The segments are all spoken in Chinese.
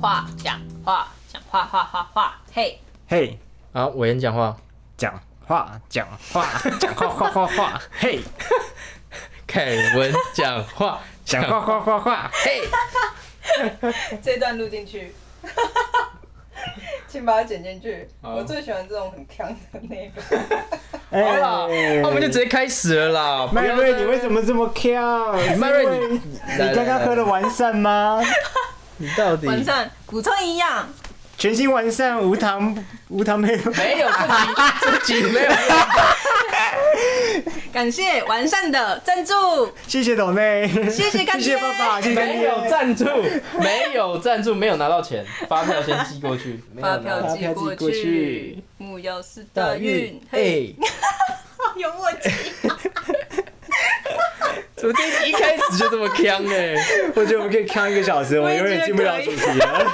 话讲话讲话话话话，嘿，嘿，好，啊伟人讲话，讲话讲话 讲话话话话，嘿，凯文讲话，讲话话话话， 嘿，哎这段录进去， 请把它剪进去。好我最喜欢这种很强的那个。好啦，哎那我们就直接开始了啦。麦瑞，你为什么这么 Q？麦瑞是因为你来你刚刚喝了完善吗？ 你到底晚上补充营养，全新完善无糖无糖配方？没有这集，这集没有，感谢完善的赞助，谢谢董内，谢谢干爹谢谢爸爸，谢谢干没爹有赞助，没有赞助，没有拿到钱，发票先寄过去，没有发拿票到。寄过发票寄过去去，木曜四的运，嘿，哎，有默契， 怎么这集一开始就这么呛哎？ 我觉得我们可以看一个小时，我永远进不了主题了。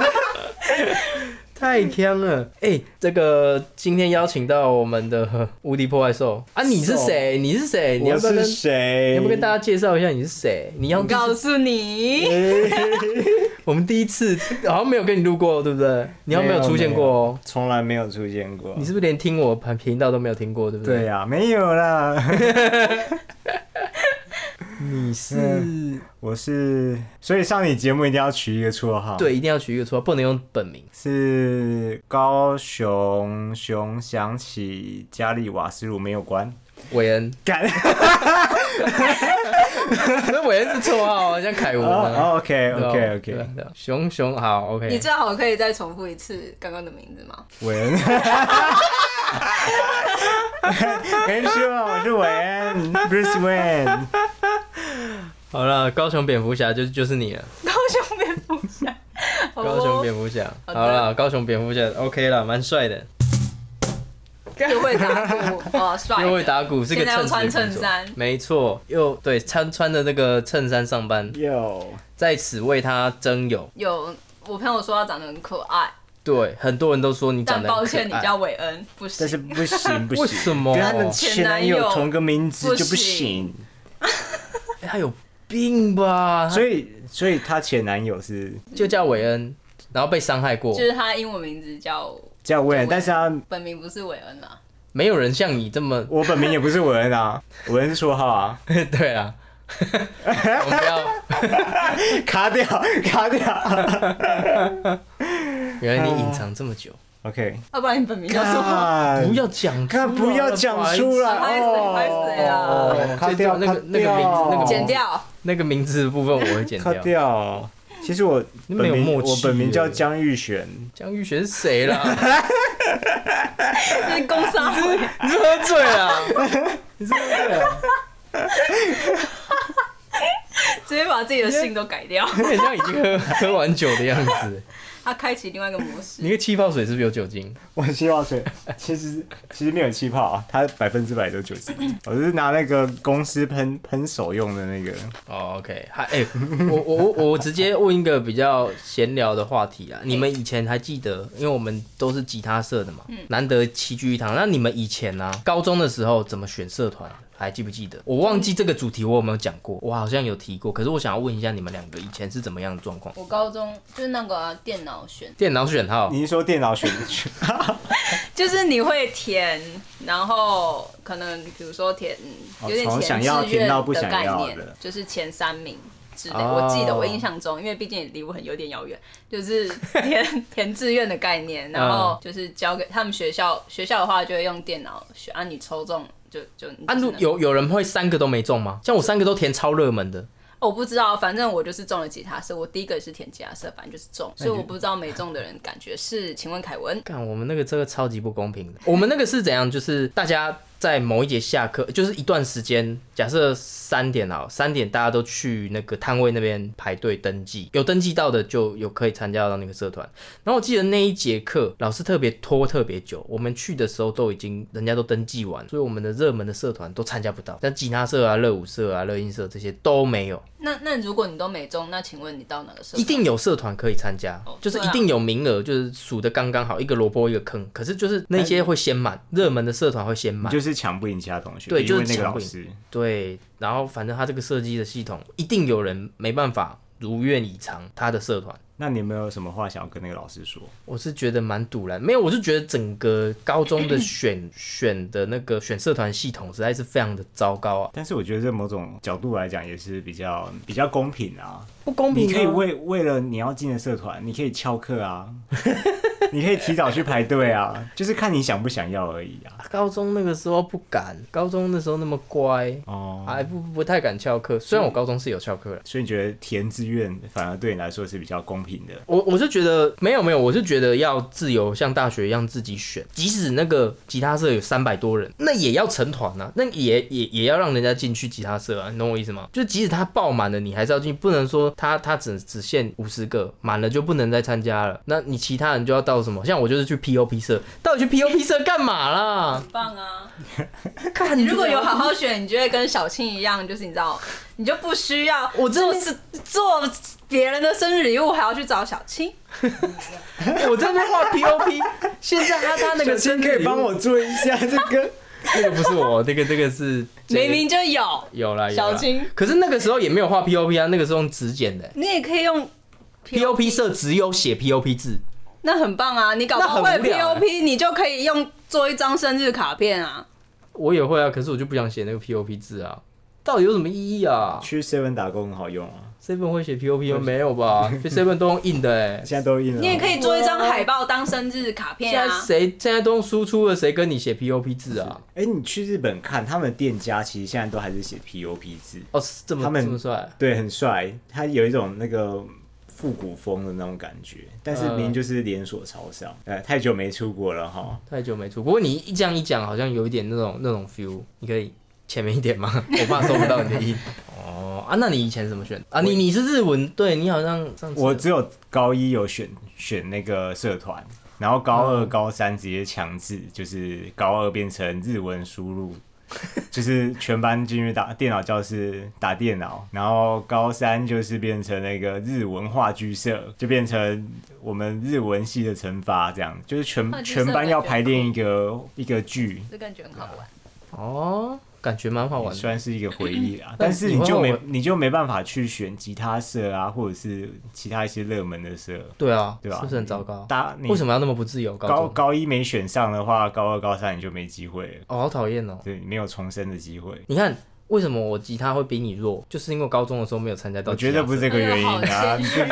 太呛了！哎、这个今天邀请到我们的呵无敌破坏兽啊，你是谁？你是谁？你 要我不要跟是你谁？要不要跟大家介绍一下你是谁？你要我告诉你，哎我们第一次好像没有跟你录过，对不对？你好像没有出现过哦、从来没有出现过你。是不是连听我频频道都没有听过，对不对对呀、没有啦。你是、我是，所以上你节目一定要取一个绰号，，对，一定要取一个绰号，不能用本名。是高雄熊想起家里瓦斯炉没有关，韦恩， 干那韦恩是绰号啊，像 凯文啊。哦，OK 对吧 OK 对吧 OK，对吧熊熊好你，OK。最好可以再重复一次刚刚的名字吗？韦恩， 没事啊，我是韦恩，Bruce Wayne，好了，高雄蝙蝠侠就就是你了。高雄蝙蝠侠，好高雄哦，蝙蝠侠，好好的了，高雄蝙蝠侠 OK 了，蛮帅的，哦又会打鼓，哦，帅， 又会打鼓，是个现在称又穿职的工衬作衫没错，又对穿穿的那个衬衫上班，有在此为他增友。有。我朋友说他长得很可爱，对，很多人都说你但长得很抱可歉，你爱叫韦恩，不但是行，不行不为行，什么？跟他的哎前男友同个名字就不不行行，哎他有病吧？所以以所以她前男友是就叫韦恩，然后被伤害过就，是他英文名字叫叫韦恩，但是他本名不是韦恩啊啦，没有人像你这么 我本名也不是韦恩啊，韦恩是绰号啊。对啊。我们不要，卡掉，卡掉。原来你隐藏这么久， OK，要啊不然你本名叫什 么？不不要讲出来，哎看，不要讲出来不好意思不好意思不好意思啊哦。卡掉，那个卡那个名掉字那个名字剪 掉，那个名字的部分我会剪卡掉。掉。其实我你本没有名，默契我本名叫耶江玉璇， 江玉璇是谁啦？ 这是工伤。你是喝醉了？你是喝醉了？直接把自己的姓都改 掉。有点像已经喝喝完酒的样子。他开启另外一个模式，你的气泡水是不是有酒精？我气泡水其实其实没有气泡啊，它百分之百都酒精， 我是拿那个公司喷喷手用的那个。哦、o k 还哎、我我我我直接问一个比较闲聊的话题啊，你们以前还记得？因为我们都是吉他社的嘛，难得齐聚一堂。那你们以前啊，高中的时候怎么选社团？还记不记得？我忘记这个主题我有没有讲过，我好像有提过。可是我想要问一下你们两个以前是怎么样的状况？我高中就是那个啊、电脑选，电脑选号你是说电脑 选选？就是你会填，然后可能比如说填，有哦点从填想要志愿填到不的想概要念的，就是前三名。之类，哦我记得我印象中，因为毕竟也离我很有点遥远，就是填填志愿的概念，然嗯后就是交给他们学校，学校的话就会用电脑选，啊你抽中就就你啊，只如能有有人会三个都没中吗？像我三个都填超热门的，哦我不知道，反正我就是中了吉他社，我第一个也是填吉他社，反正就是中，所以我不知道没中的人感觉是，请问凯文，干，我们那个这个超级不公平的。我们那个是怎样？就是大家在某一节下课，就是一段时间，假设三点啊，三点大家都去那个摊位那边排队登记，有登记到的就有可以参加到那个社团。然后我记得那一节课老师特别拖特别久，我们去的时候都已经人家都登记完，所以我们的热门的社团都参加不到，像吉他社啊、热舞社啊、热音社这些都没有。那那如果你都没中，那请问你到哪个社团？一定有社团可以参加，哦就是对一啊定有名额，就是数的刚刚好，一个萝卜一个坑。可是就是那些会先满，热门的社团会先你满。就是抢不赢其他同学，对因为就是那个抢老不赢师，对，然后反正他这个设计的系统，一定有人没办法如愿以偿他的社团。那你有没有什么话想要跟那个老师说？我是觉得蛮堵然，没有，我是觉得整个高中的 选选的那个选社团系统实在是非常的糟糕啊，但是我觉得这某种角度来讲也是比较比较公平啊。不公平、啊。你可以为为了你要进的社团，你可以翘课啊， 你可以提早去排队啊，就是看你想不想要而已啊。高中那个时候不敢，高中那时候那么乖，哦，还不不太敢翘课。虽然我高中是有翘课啦。所以你觉得填志愿反而对你来说是比较公平的？我我是觉得没有没有，我是觉得要自由，像大学一样自己选。即使那个吉他社有三百多人，那也要成团啊，那也也也要让人家进去吉他社啊，你懂我意思吗？就即使他爆满了，你还是要进，不能说他他只只限五十个，满了就不能再参加了。那你其他人就要到什么？像我就是去 POP 社，到底去 POP 社干 嘛啦？很棒啊！看你如果有好 好选，你就会跟小庆一样，就是你知道，你就不需要 我真做的是做别人的生日礼物还要去找小庆。我在那边画 POP，现在他他那个先真可以帮我做一下这个。那个不是我，那个那 个是明明就有，有啦，有啦小金可是那个时候也没有画 POP 啊，那个时候用纸剪的欸、你也可以用 POP 社只有写 POP 字，那很棒啊！你搞不好那会很无聊 POP，、你就可以用做一张生日卡片啊。我也会啊，可是我就不想写那个 POP 字啊，到底有什么意义啊 去 seven 打工很好用啊， ？seven 会写 POP 吗？没有吧？seven 都用印的哎、现在都印了。你也可以做一张海报当生日卡现片在啊。谁现在都用输出了，谁跟你写 POP 字啊？哎、你去日本看他们店家，其实现在都还是写 POP 字，哦，这么他们这么帅，对，很帅，它有一种那个复古风的那种感觉，但是明呃明就是连锁超商，呃，太久没出国了哈。太久没出。不过你一这样一讲，好像有一点那种那种 feel，你可以前面一点吗？ 我怕收不到你的 音。哦啊，那你以前怎么选啊？你你是日文，对你好像嗯上次我只有高一有选选那个社团，然后高嗯二、高三直接强制，就是高二变成日文输 入，就是全班进去打电脑教室打电脑，然后高三就是变成那个日文话剧社，就变成我们日文系的惩罚，这样就是话全剧社哦全班要感觉排练一个一个剧， 这感觉很好玩。 哦，感觉蛮好玩的。。算是一个回忆啦但是但你嗯以就后没我你就没办法去选吉他社啊，或者是其他一些热门的社。对啊，对吧？嗯是不是很糟糕？大你为什么要那么不自由？高高高一没选上的话，高二、高三你就没机会了，哦，好讨厌哦！对，没有重生的机会。你看为什么我吉他会比你弱，就是因为我高中的时候没有参加到我吉他觉社。得不是这个原因哎啊，你这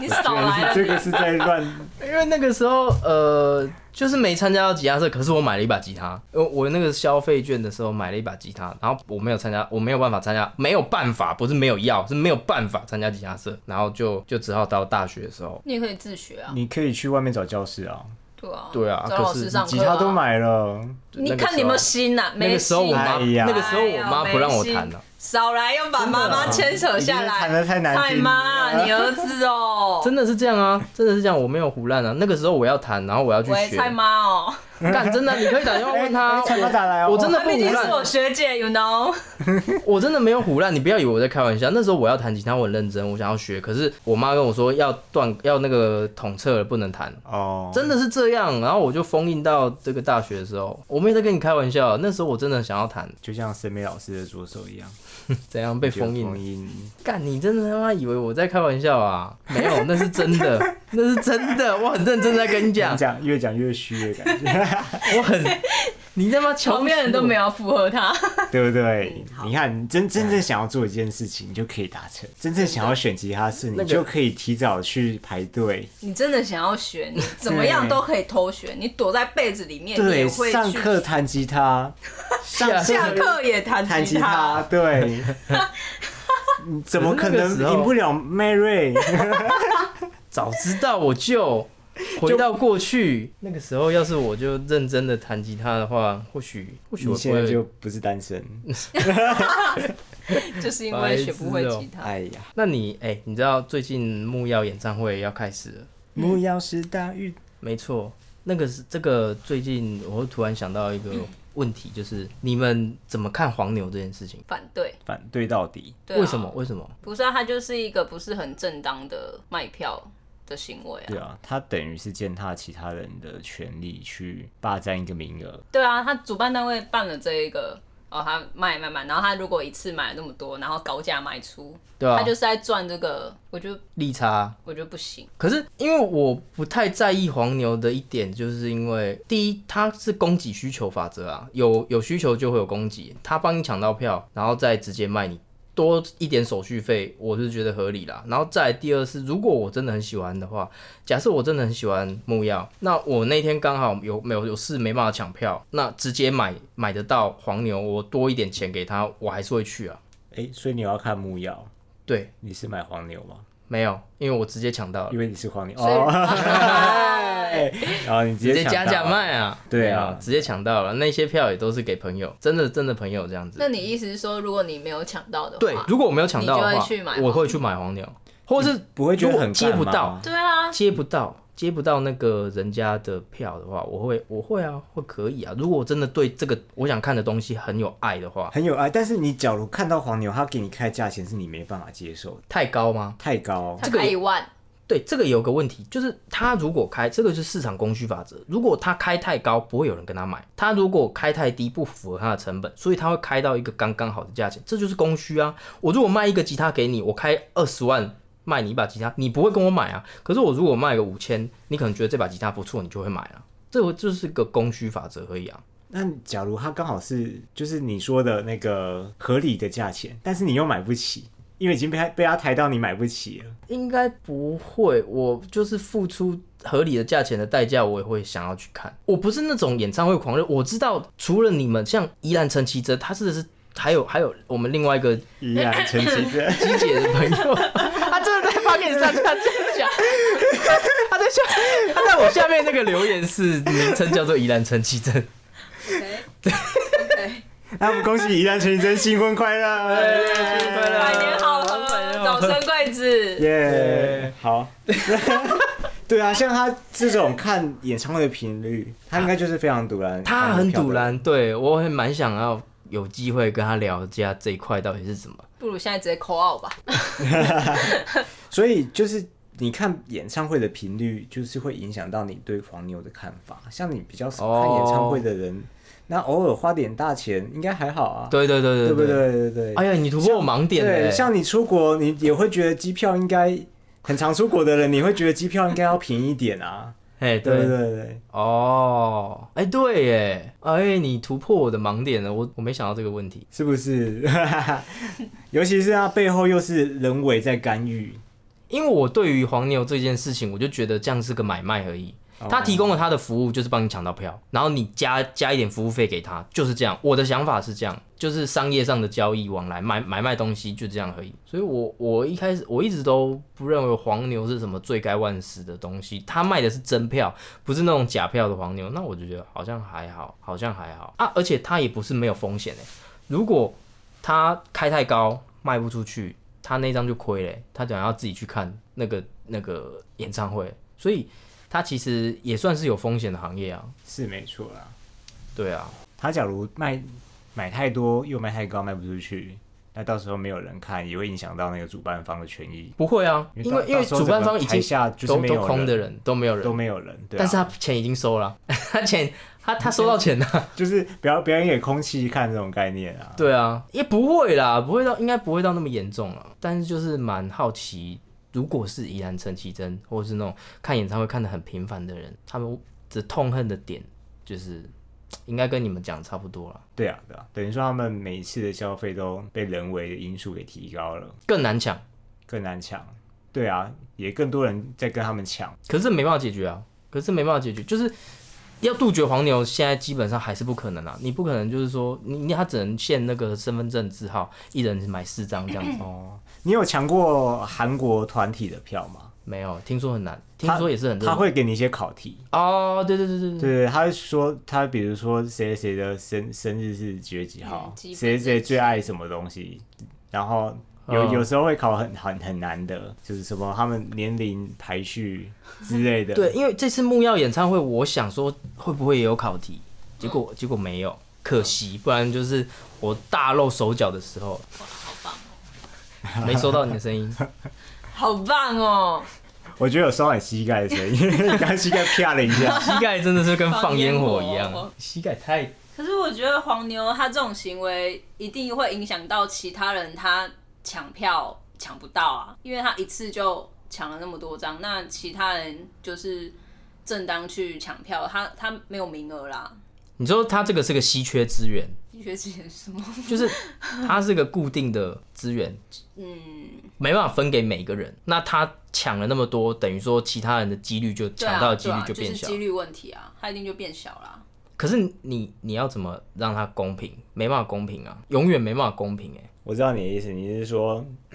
你少来了，这个是在 乱。因为那个时候呃，就是没参加到吉他社，可是我买了一把吉他。我我那个消费券的时候买了一把吉他，然后我没有参加，我没有办法参加，没有办法，不是没有要，是没有办法参加吉他社，然后就就只好到大学的时候。你也可以自学啊。你可以去外面找教室啊，对啊，对啊找可老是师上课、啊。吉他都，买了，你看你有没有心呐、啊？那没个时候我心妈，哎呀那个时候我妈不让我弹了、啊少来，又把啊妈妈牵手下你这来。弹得太难听太妈，你儿子哦、 真的是这样啊，真的是这样，我没有胡乱啊。那个时候我要弹，然后我要去喂，学。蔡妈 哦、干，真的，你可以打电话问他。哎哎蔡妈打来哦我真的她不毕竟胡是我乱，学姐，you know。哎我真的没有胡乱，你不要以为我在开玩笑。那时候我要弹吉他，我很认真，我想要学，可是我妈跟我说要断，要那个统测了，不能弹。哦，真的是这样，然后我就封印到这个大学的时候，我没有在跟你开玩笑。啊那时候我真的想要弹，就像森美老师的左手一样怎样被封封印？印。干，你真的他妈以为我在开玩笑啊？没有，那是真的，那是真的，我很认真在跟你讲你，讲越讲越虚的感觉，我很，你他妈瞧旁不边起人都我没有附和 他，对不对？你看，你真真正想要做一件事情，你就可以达成；真正想要选吉他社，那你个就可以提早去排队。你真的想要学，你怎么样都可以偷学，你躲在被子里面，你也对，哎会去上课弹吉他，上下下课也弹弹吉他他，，对。你怎么可可是那个能时候赢不了 Mary？ 早知道我就回到过去那个时候，要是我就认真的弹吉他的话，或许或许你我现在就会。不是单身， 就是因为学不会吉他。哎呀，那你哎、你知道最近木曜演唱会要开始了？木曜是大运，没错，那个是这个最近我会突然想到一个问题，就是你们怎么看黄牛这件事情？反对，反对到底，对、啊，为什么？？为什么？不是啊，它就是一个不是很正当的卖票的行为啊。对啊，他等于是践踏其他人的权利去霸占一个名额，对啊，他主办单位办了这一个，哦，他卖卖卖，然后他如果一次买了那么多，然后高价卖出，对啊他就是在赚这个，我觉得利差。我觉得不行。可是因为我不太在意黄牛的一点，就是因为第一，它是供给需求法则啊，有有需求就会有供给，他帮你抢到票，然后再直接卖你。多一点手续费，我是觉得合理啦。然后再来第二是，如果我真的很喜欢的话，假设我真的很喜欢木曜，那我那天刚好有没有有事没办法抢票，那直接买买得到黄牛，我多一点钱给他，我还是会去啊。哎、所以你要看木曜，对，你是买黄牛吗？没有，因为我直接抢到了，因为你是黄牛 所以哎哦， 哎然后你直直接接加抢到价，卖啊！对啊直接抢到了，那些票也都是给朋友，真的真的朋友这样子那。你意思是说，如果你没有抢到的话，对，如果我没有抢到你的就话会去买，黄我会去买黄牛，或是不会觉得如果很接干不吗到，对啊，接不到接不到那个人家的票的话，我会我会啊，会可以啊。如果我真的对这个我想看的东西很有爱的话，很有爱。但是你假如看到黄牛，他给你开价钱是你没办法接受的，太高吗？太高。他这个开也一万，对，这个有个问题，就是他如果开，这个是市场供需法则。如果他开太高，不会有人跟他买；他如果开太低，不符合他的成本，所以他会开到一个刚刚好的价钱。这就是供需啊！我如果卖一个吉他给你，我开二十万卖你一把吉他，你不会跟我买啊。可是我如果卖个五千，你可能觉得这把吉他不错，你就会买啊。这个就是个供需法则而已啊。那假如他刚好是就是你说的那个合理的价钱，但是你又买不起，因为已经被他被他抬到你买不起了。应该不会，我就是付出合理的价钱的代价，我也会想要去看。我不是那种演唱会狂热，我知道除了你们，像宜兰陈绮贞，她真的是还有还有我们另外一个机依然陈绮贞， 姐的朋友，她真的在发给你上她在讲，她在下，她在我下面那个留言是名称叫做宜兰陈绮贞， OK OK，那我们恭喜依然陈绮贞新婚快乐！快百年好合，早生贵子。耶、好。 对啊，像他这种看演唱会的频率，他应该就是非常堵然。她很票堵的然，对我会蛮想要有机会跟她聊一下这一块到底是什么。不如现在直接扣二吧。所以就是你看演唱会的频率，就是会影响到你对黄牛的看法。像你比较少哦看演唱会的人，那偶尔花点大钱应该还好啊，对对对对对不对？对对。哎呀，你突破我盲点了、对，欸。像你出国，你也会觉得机票应该很常出国的人，你会觉得机票应该要便宜一点啊，哎，对对对对对。哦，哎，对耶，哎，你突破我的盲点了，我我没想到这个问题。是不是？ 尤其是他背后又是人为在干预，因为我对于黄牛这件事情，我就觉得这样是个买卖而已。他提供了他的服务，就是帮你抢到票，然后你加加一点服务费给他，就是这样。我的想法是这样，就是商业上的交易往来，买买卖东西就这样而已。所以我我一开始我一直都不认为黄牛是什么罪该万死的东西，他卖的是真票，不是那种假票的黄牛。那我就觉得好像还好，好像还好啊，而且他也不是没有风险诶。如果他开太高卖不出去，他那张就亏嘞，他等下要自己去看那个那个演唱会，所以他其实也算是有风险的行业啊。是没错啦。对啊，他假如卖买太多又卖太高卖不出去，那到时候没有人看，也会影响到那个主办方的权益。不会啊，因到为因为到时候主办整方个已台经下就是都没都有空的人人都没有人都，没有人，对、啊，但是他钱已经收了， 他钱他他收到钱了。就是表表演给空气看这种概念啊。对啊，也不会啦，不会到，应该不会到那么严重了。但是就是蛮好奇，如果是怡然陈绮贞，或者是那种看演唱会看得很频繁的人，他们的痛恨的点，就是应该跟你们讲差不多了。对啊，对啊，等于说他们每一次的消费都被人为的因素给提高了，更难抢，更难抢。对啊，也更多人在跟他们抢。可是没办法解决啊，可是没办法解决，就是要杜绝黄牛，现在基本上还是不可能啊。你不可能就是说，你你他只能限那个身份证字 号，一人买四张这样子。哦，你有抢过韩国团体的票吗？没有，听说很难，听他说也是很热他会给你一些考题，哦，对对对对对，对，他会说他比如说谁谁的生生日是几月几嗯，号基本谁谁日期最爱什么东西，然后有、嗯有时候会考很很很难的，就是什么他们年龄排序之类的。对，，因为这次木曜演唱会，我想说会不会也有考题，结果结果没有，可惜，不然就是我大露手脚的 时候，好棒，没收到你的声音。好棒哦！我觉得有伤害膝盖的声音， 因为刚膝盖啪了一 下。膝盖真的是跟放放烟烟火火一样，膝盖太可是我觉得黄牛他这种行为一定会影响到其他人，他抢票抢不到啊，因为他一次就抢了那么多张，那其他人就是正当去抢票，他他没有名额啦。你说他这个是个稀缺资源，医学之前是什么？就是 它是个固定的资源，嗯，没办法分给每个人。那他抢了那么多，等于说其他人的几率就对抢到啊，的几对率啊，变是小。几率问题啊，他一定就变小 啦。可是你你要怎么让它公平？没办法公平啊，永远没办法公平哎、我知道你的意思，你是说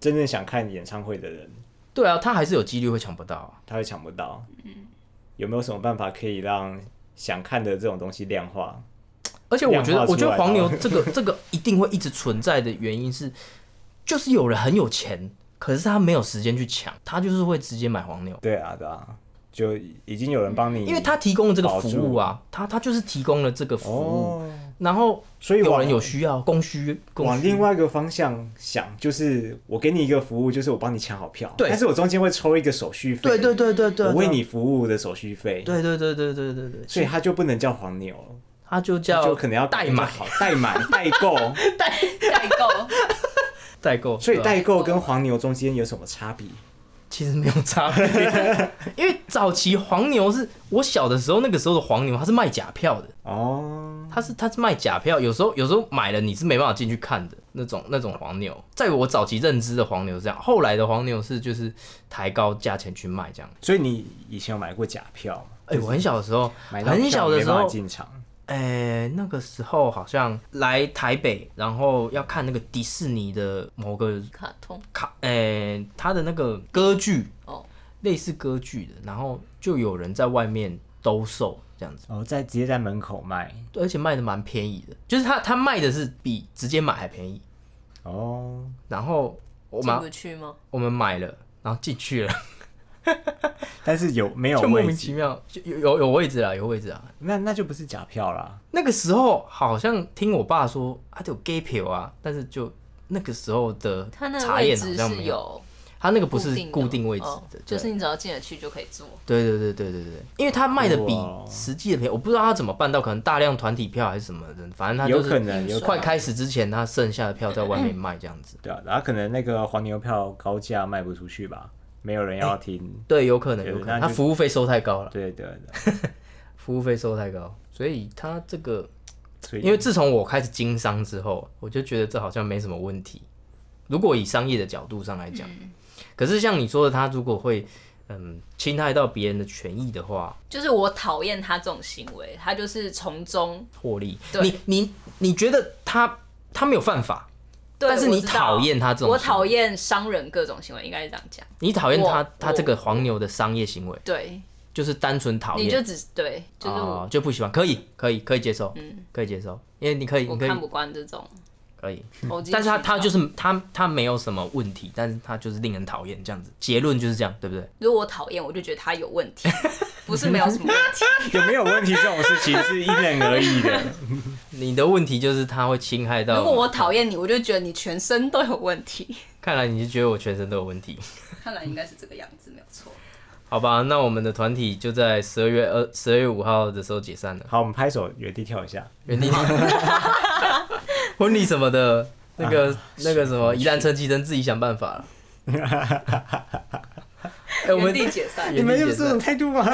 真正想看演唱会的人，对啊，他还是有几率会抢不到、啊。他会抢不到。嗯有没有什么办法可以让想看的这种东西量化？而且我觉量化得，出来我觉得黄牛的这个 这个一定会一直存在的原因是，就是有人很有钱，可是他没有时间去抢，他就是会直接买黄牛。对啊，对啊，就已经有人帮你，因为他提供了这个服务啊，他他就是提供了这个服务，哦，然后所以有往人有需要，供需供往需另外一个方向想，就是我给你一个服务，就是我帮你抢好票，对但是我中间会抽一个手续费，对对对对对，我为对你服务的手续费，对对对对对对对，所以他就不能叫黄牛，他就他叫就可能要代改买叫好代 买、代购，代购，代购，所以对啊代购跟黄牛中间有什么差别？其实没有差 别，因为早期黄牛是我小的时候那个时候的黄牛，他是卖假票的，哦，他是他是卖假票，有时候有时候买了你是没办法进去看的那种那种黄牛，在我早期认知的黄牛是这样，后来的黄牛是就是抬高价钱去卖这样。所以你以前有买过假票吗？哎、我很小的时候，买到很小票的没时办法候，进场，哎、那个时候好像来台北，然后要看那个迪士尼的某个卡通卡，哎、他的那个歌剧，哦，类似歌剧的，然后就有人在外面兜售这样子，哦，在直接在门口卖，对而且卖的蛮便宜的，就是他他卖的是比直接买还便宜，哦，然后我进们不去吗？我们买了，然后进去了，但是有没有就莫位名其置？妙就有有有位置啦，有位置啊，那那就不是假票啦。那个时候好像听我爸说啊，有 gay 票啊，但是就那个时候的他那个查位验好置像是没有，有他那个不固是定的固定位置哦的，就是对你只要进得去就可以坐。对对对对对对，因为他卖的比哇实际的便宜，我不知道他怎么办到，可能大量团体票还是什么的，反正他有就可是能，有可快能开始之前他剩下的票在外面卖这样子，对啊，然后可能那个黄牛票高价卖不出去吧，没有人哎要听。对，有可能对有可那能就他服务费收太高了，对对对，服务费收太高，所以他这个所以因为自从我开始经商之后，我就觉得这好像没什么问题。如果以商业的角度上来讲，嗯可是像你说的，他如果会嗯侵害到别人的权益的话，就是我讨厌他这种行为，他就是从中获利，对你你你觉得他他没有犯法，对但是你我知道讨厌他这种我行为讨厌商人各种行为，应该是这样讲。你讨厌他我他这个黄牛的商业行为，对，就是单纯讨你厌就只对，就是我、啊就不喜欢，可以可以可以接受，嗯可以接受，因为你可以我你可以看不惯这种可以，投机取巧。但是他他啊就是他他没有什么问题，但是他就是令人讨厌这样子，结论就是这样，对不对？如果我讨厌，我就觉得他有问题，不是没有什么 问题。有没有问题这种事情是因人而异的。你的问题就是他会侵害到，如果我讨厌你，我就觉得你全身都有问题。看来你是觉得我全身都有问题。看来应该是这个样子，没有错。好吧，那我们的团体就在十二月二十二月五号的时候解散了，好，我们拍手原地跳一下。原嗯地 婚礼什么的，那个、那个什么，一旦趁其生自己想 办法了。哎、 我原们地解散， 原地解这散种，态度吗？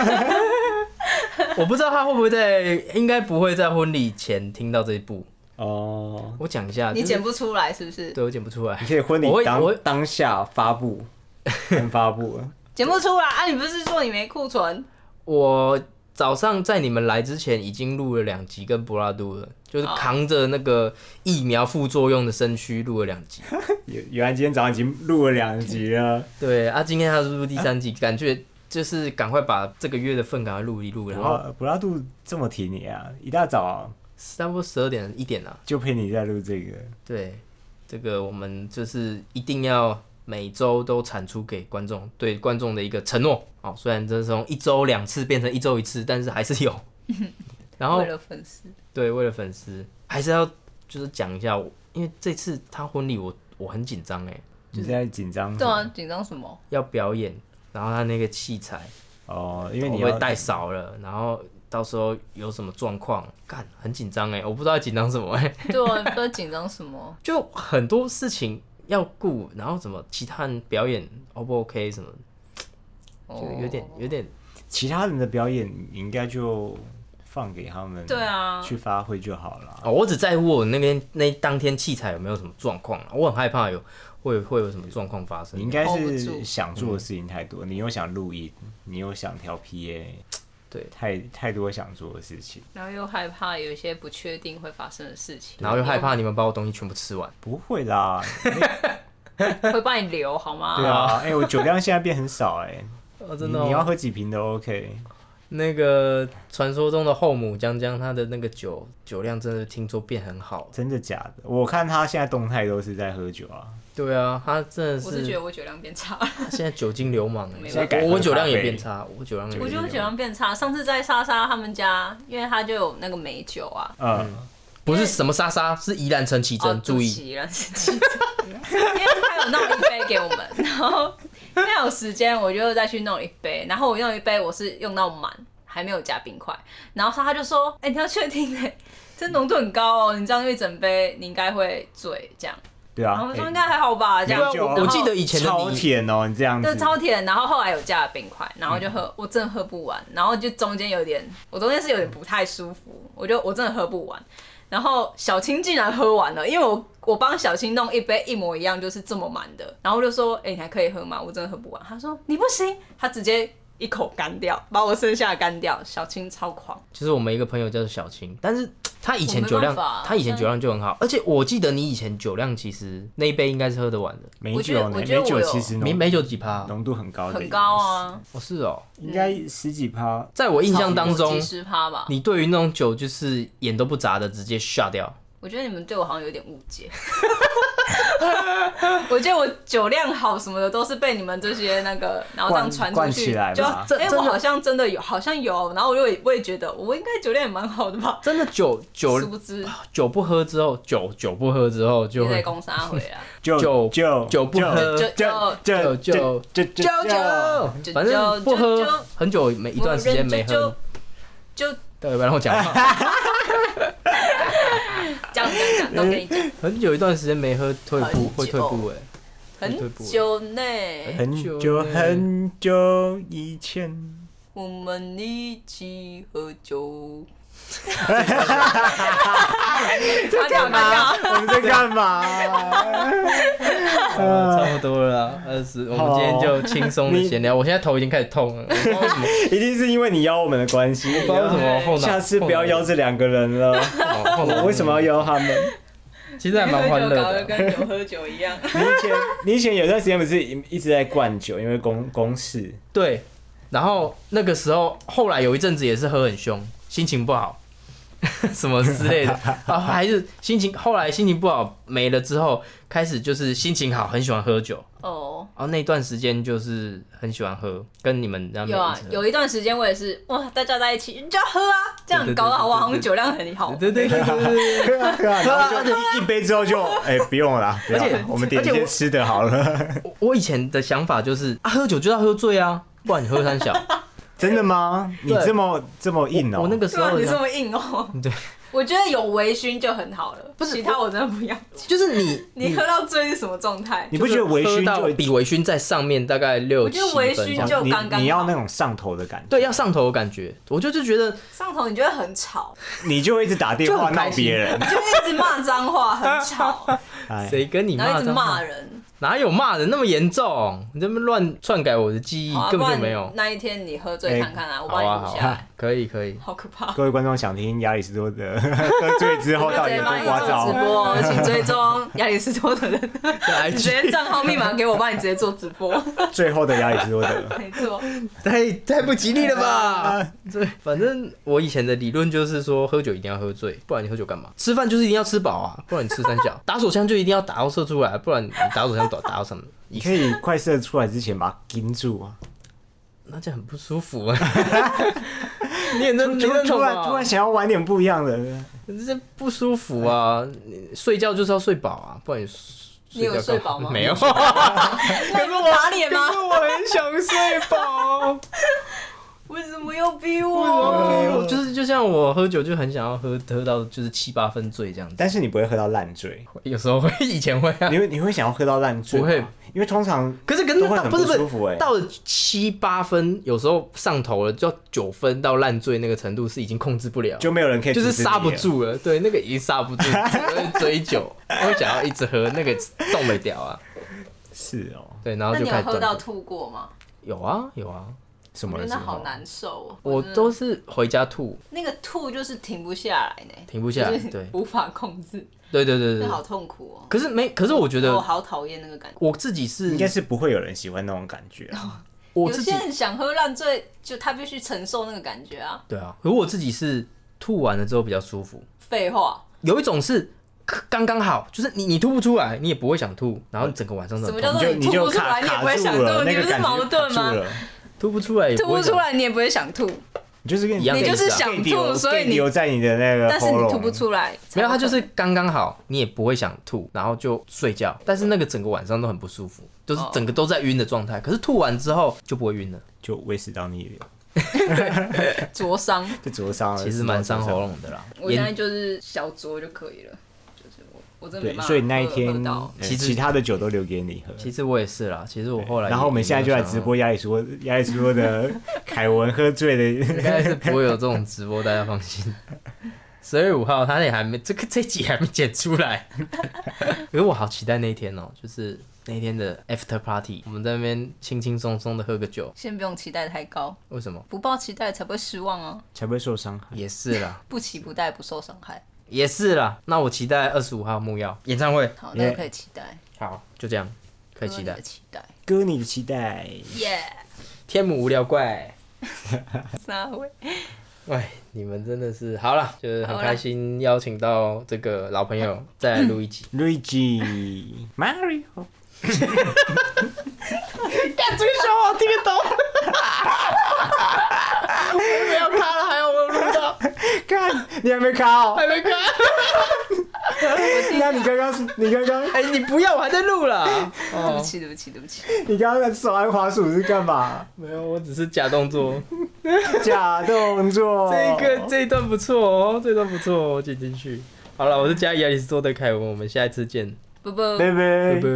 我不知道他会不会在，应该不会在婚礼前听到这一步。 哦，我讲一下，你就是剪不出来是不是？对我剪不出来你，可以婚我会礼我会当当下发 布，先发布了。剪不出来啊！你不是说你没库存？我早上在你们来之前已经录了两集跟柏拉度了，就是哦扛着那个疫苗副作用的身躯录了两集。原原来今天早上已经录了两集 了，对啊，今天他是录第三集，感觉就是赶快把这个月的份赶快录一录，布然后拉布拉杜这么提你啊，一大早差不多十二点一点啊。就陪你在录这个，对，这个我们就是一定要每周都产出给观众，对观众的一个承诺哦。虽然这是从一周两次变成一周一次，但是还是有。然后嗯为了粉丝，对，为了粉丝，还是要就是讲一下我，因为这次他婚礼我我很紧张哎，你在紧张对啊，紧张什么？要表演，然后他那个器材哦，因为你我要会带少了，然后到时候有什么状况，干很紧张哎，我不知道紧张什么哎。对啊，不知道紧张什么。 就很多事情要顾，然后怎么其他人表演 O 不 OK 什么，就有点有点其他人的表演，你应该就放给他们对啊去发挥就好了。哦，我只在乎我那天那当天器材有没有什么状况啊，我很害怕有会会有什么状况发生你应。该 hold 不是住想做的事情太嗯多，你又想录音，你又想调 PA，对太太多想做的事情。 然后又害怕有一些不确定会发生的事情，然后又害怕你们把我东西全部吃完，不会啦， 会帮你留好吗？对啊，哎、我酒量现在变很少哎、 哦，你真的、你要哦。喝几瓶都 OK。那个传说中的后母江江，她的那个酒酒量真的听说变很好。真的假的？我看他现在动态都是在喝酒啊，对啊，她真的我是觉是得我酒量变差，她现在酒精流氓没有哎、现在改喝我我酒量咖也啡变差，我酒量也我变觉差得我酒量变差。上次在莎莎他们家，因为他就有那个美酒啊，嗯，不是什么莎莎，是宜兰陈绮贞，哦注对意不起了，对不起因为他有弄一杯给我们，然后因为有时间我就再去弄一杯，然后我用一杯我是用到满，还没有加冰块，然后他就说：“哎、你要确定 哎、这浓度很高哦，你这样一整杯你应该会醉这样。”对然后啊我，说哎应该还好吧，这美样。酒啊然后我记得以前的超你甜哦、你这嗯样真子的超甜，然后后来有加了冰块，然后就喝，我真的喝不完，然后就中间有点，我中间是有点不太舒服，我就我真的喝不完，然后小青竟然喝完了，因为我我帮小青弄一杯一模一样，就是这么满的，然后我就说，哎、你还可以喝吗？我真的喝不完，他说你不行，他直接一口干掉，把我剩下的干掉，小青超狂，就是我们一个朋友叫做小青，但是他以前酒量我没办法，他以前酒量就很好，而且我记得你以前酒量其实那一杯应该是喝得完的，美我觉酒得呢，我美觉得我有酒其实没浓没酒几趴，浓度很高的，很高，啊，哦是哦，应该十几趴。在我印象当中七，十趴吧，你对于那种酒就是眼都不眨的直接下掉，我觉得你们对我好像有点误解。 我觉得我酒量好什么的，都是被你们这些那个，然后这样传出灌去，起来就嘛哎、我好像真的有，好像有，然后我就也我也觉得我应该酒量也蛮好的吧，真的酒殊酒不知酒不喝之后，酒酒不喝之后就你在会攻杀回来，就酒就酒不喝就就就就就就就酒酒，反正不就喝就很久没 一段时间没我喝人，就就对，不要让我讲话， 讲讲讲都给你讲，很久一段时间没喝退步会退步哎。退很步了久哎内很久很久以前，我们一起喝 酒。他干嘛？ 我们在干嘛？呃，差不多了啦，二十，我们今天就轻松的闲聊。我现在头已经开始痛了，我不知道为什么， 一定是因为你邀我们的关系，哎不知道为什么后脑。下次不要邀这两个人了。后脑后脑我为什么要邀他们？其实还蛮欢喝乐酒搞得的。跟酒喝酒一样。你以前你以前有段时间不是一一直在灌酒，因为公公事。对，然后那个时候，后来有一阵子也是喝很凶，心情不好， 什么之类 的啊，还是心情。后来心情不好没了之后，开始就是心情好，很喜欢喝酒。哦，然后那段时间就是很喜欢喝，跟你们那边有啊一，起喝有一段时间我也是，哇，大家在一起你就喝啊，这样对对对搞得好，对我对好像酒量很好。对对对对对对。对啊对啊，然后就一一杯之后就哎不用了啦，不要而了且，我们点一而且些我吃的好了。 我我以前的想法就是啊，喝酒就要喝醉啊，不然你喝三小。真的吗？你对这么这么硬哦、我那个时对啊，候你呢这么硬哦。对，我觉得有微醺就很好了，不是其他我真的不要。就是你你喝到醉是什么状态？嗯你不觉得微就是喝醺到就比微醺在上面大概六我七觉得微分这醺样就你刚刚你要好那种上头的感觉，对要上头的感觉，我就就觉得上头你就会很吵，你就会一直打电就话很闹 开心别人，就一直骂脏话，很吵，哎， 谁跟你然后骂一直脏骂话？人。哪有骂人那么严重？你这么乱篡改我的记忆，好啊，根不本然就没有。那一天你喝醉看看啊，我好帮啊，你好录下来啊。，可以可以。好可怕！各位观众想听亚里士多德 喝醉之后到底直有接多帮你夸做直张？播，请追踪亚里士多德的， 你 直接账号密码给我，帮你直接做直播。最后的亚里士多 德，没错，太太不吉利 了吧？对，反正我以前的理论就是说，喝酒一定要喝醉，不然你喝酒干嘛？吃饭就是一定要吃饱啊，不然你吃三 角；打手枪就一定要打到射出来，不然你打手枪打打到什么？你可以快射出来之前把它盯住啊！那这样很不舒 服啊！你也真你突认突同然突然啊？想要玩点不一样的，这不舒服啊！你睡觉就是要睡饱啊，不然你睡你有觉睡干嘛饱吗没有。可那你不打脸吗是？我很想睡 饱。为什么要逼对我？我哦就是就像我喝酒就很想要喝喝到就是七八分醉这样子，但是你不会喝到烂 醉，有时候会以前会啊，你会你会想要喝到烂醉吗，不会因为通常可是可都是会到很不是舒服不哎是，到了七八分，有时候上头了，就要九分到烂醉那个程度是已经控制不了，就没有人可以就是阻止你刹不了。住了，对，那个已经刹不住， 就是追酒，我想要一直喝，那个动不了啊，是哦，对，然后那就你开有始喝到断。吐过吗？有啊有啊，什我么觉的时得候？好难受哦。我真的都是回家吐，那个吐就是停不下来呢，停不下来就是对无法控制，对对对对那好对。痛苦哦。可是没，可是我觉我得好讨厌那个感觉。我自己是应该是不会有人喜欢那种感觉、啊。 我有自己些人想喝烂醉，就他必须承受那个感觉啊。对啊，如果自己是吐完了之后比较舒服，废话，有一种是刚刚好，就是你你吐不出来，你也不会想吐，然后你整个晚上都什么很叫痛，做你就你吐就不出卡来，你也卡不会想住了，吐，那你个不是感矛觉卡盾住吗？了，吐不出来也吐会不出想，来，你也不会想吐，你就是跟一样你就是想更吐，丢所以更你留在你的那个但是喉你咙，吐不出来，没有，它就是刚刚好，你也不会想吐，然后就睡觉，但是那个整个晚上都很不舒服，就是哦整个都在晕的状态。可是吐完之后就不会晕了，就胃食道逆流，灼 伤。就灼伤了，其实蛮伤喉。咙的啦。我现在就是小酌就可以了，就是我我真的没对，办法所以那一喝天喝到，呃其实其他的酒都留给你喝。其实我也是啦，其实我后来也，然后我们现在就来也没有直想播亚里说亚里说的 凯文喝醉的， 应该是不会有这种直播，大家放心。十二月五号，他也还没这个这集还没剪出来， 可是我好期待那一天哦、就是那一天的 after party，我们在那边轻轻松松的喝个酒，先不用期待太高，为什么？不抱期待才不会失望啊，才不会受伤害。也是 啦，不期不待不受伤害。也是啦。那我期待二十五号木曜演唱会，好，耶大家可以期待，好，就这样，可以喝期你待的。期待，哥，你的期待，耶！天母无聊怪，三位，喂，你们真的是好了，就是很好啦开心邀请到这个老朋友再来录一集。 r i g i Mario，干这个笑话我听得懂。我没有卡了，还有我有录到，看你还没卡哦，还没卡。那你刚刚是你刚刚哎、你不要，我还在录 啦。对不哦，起，对不起，对不起，你刚刚手按滑鼠是干嘛？没有，我只是假动作。假动作，这个这一段不错哦，这一段不错哦，我剪进去。好了，我是加里亚里斯多的凯文，我们下一次见，不不。哎拜拜拜拜。